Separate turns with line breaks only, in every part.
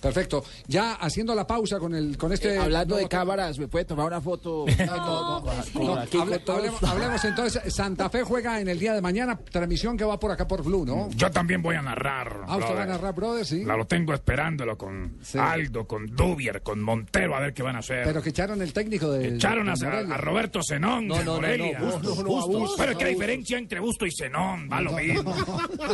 Perfecto. Ya haciendo la pausa con el con este.
Eh, hablando de cámaras, ¿me puede tomar una foto? No,
No, hable- hablemos, hablemos entonces. Santa Fe juega en el día de mañana. Transmisión que va por acá por Blue, ¿no?
Yo también voy a narrar.
Ah, usted
brother.
va a narrar, brother, sí.
La lo tengo esperándolo con
Sí.
Aldo, con Dubier, con Montero, a ver qué van a hacer.
Pero que echaron el técnico de.
Echaron a,
de Morelia.
a Roberto Zenón
No, no,
de
no,
Morelia.
no, Bustos, no, Bustos. Bustos,
Pero es que
no,
la diferencia entre Busto y Zenón va lo mismo.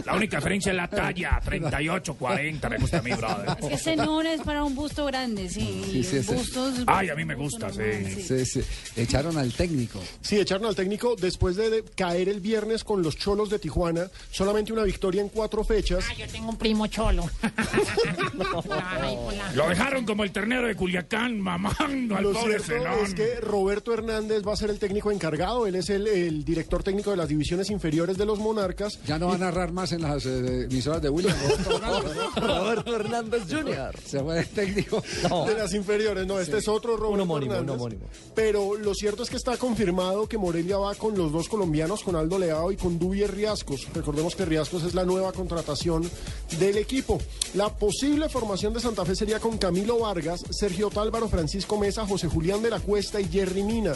La única diferencia es la talla, 38, 40, me gusta a mí, brother.
Es que ese no es para un busto grande, sí.
Sí, sí, ese es.
Bustos-
Ay, a mí me gusta, sí.
Sí, sí. Echaron al técnico.
Sí, echaron al técnico después de, de caer el viernes con los cholos de Tijuana. Solamente una victoria en cuatro fechas.
Ah, yo tengo un primo cholo. Ay, hola.
Lo dejaron como el ternero de Culiacán, mamando al
Lo
pobre
cierto
Zenón.
es que Roberto Hernández va a ser el técnico encargado. Él es el, el director técnico de las divisiones inferiores de los Monarcas.
Ya no va a narrar más en las eh, emisoras de William.
Roberto Hernández Jr.
Se fue el técnico.
De las inferiores, no, este es otro Roberto
Un homónimo, un
Hernández.
homónimo.
Pero lo cierto es que está confirmado que Morelia va con los dos colombianos, con Aldo Leao y con Dubier Riascos. Recordemos que Riascos es la nueva contratación del equipo. La posible formación de Santa Fe sería con Camilo Vargas, Sergio Tálvaro, Francisco Mesa, José Julián de la Cuesta y Jerry Mina.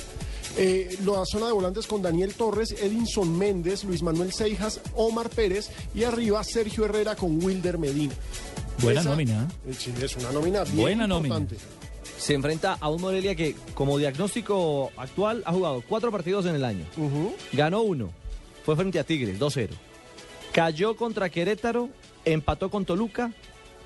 Eh, la zona de volantes con Daniel Torres, Edinson Méndez, Luis Manuel Seijas, Omar Pérez y arriba Sergio Herrera con Wilder Medina.
Buena
Esa-
nómina.
Eh, sí, es una nómina bien
Buena nómina.
importante.
Se enfrenta a un Morelia que, como diagnóstico actual, ha jugado cuatro partidos en el año. Ganó uno. Fue frente a Tigres, 2-0. Cayó contra Querétaro, empató con Toluca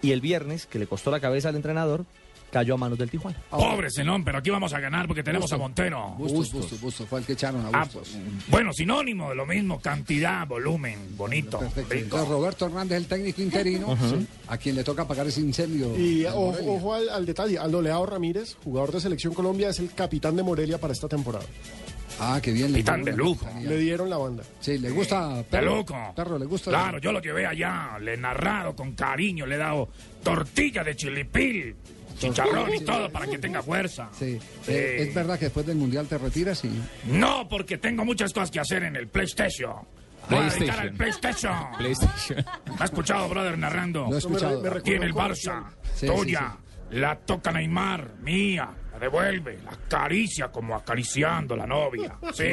y el viernes, que le costó la cabeza al entrenador, cayó a manos del Tijuana.
Pobre Zenón, pero aquí vamos a ganar porque tenemos a Montero.
Bustos, Bustos, Bustos. Fue el que echaron a
Ah,
Bustos.
bueno, sinónimo de lo mismo, cantidad, volumen, bonito,
Perfecto.
rico.
Entonces, Roberto Hernández, el técnico interino, a quien le toca pagar ese incendio.
Y
de
ojo,
Morelia.
ojo al, al detalle, Aldo Leao Ramírez, jugador de Selección Colombia, es el capitán de Morelia para esta temporada.
Ah, qué bien. le
Capitán
dieron
de
la
lujo.
capitanía.
Le dieron la banda.
Sí, le gusta.
De
Perro,
loco.
Perro, le gusta.
Claro, yo lo llevé allá, le he narrado con cariño, le he dado tortilla de chilipil, chicharrón y todo para que tenga fuerza.
Sí.
Sí.
Eh, es verdad que después del mundial te retiras y.
No, porque tengo muchas cosas que hacer en el PlayStation. Voy a dedicar al PlayStation.
PlayStation.
¿Me has escuchado, brother, narrando?
Lo he escuchado.
me re-
Tiene el Barça,
Sí,
tuya, la toca Neymar, mía, la devuelve, la acaricia como acariciando la novia. Sí.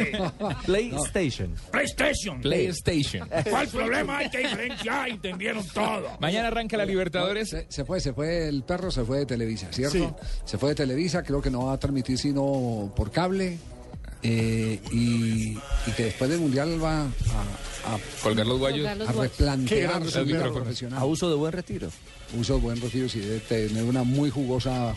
PlayStation.
PlayStation.
PlayStation.
¿Cuál problema hay? ¿Qué diferencia hay? Entendieron todo.
Mañana arranca la Libertadores.
Se, se fue, se fue el perro, se fue de Televisa, ¿cierto?
Sí.
Se fue de Televisa, creo que no va a transmitir sino por cable. eh, y, y que después del mundial va a, a-
Colgar los guayos.
Colgar los
a
guayos.
Qué
replantear
grande
su
el
vida
perro. pues.
profesional.
Abuso de buen retiro.
Uso buen retiro y debe tener una muy jugosa.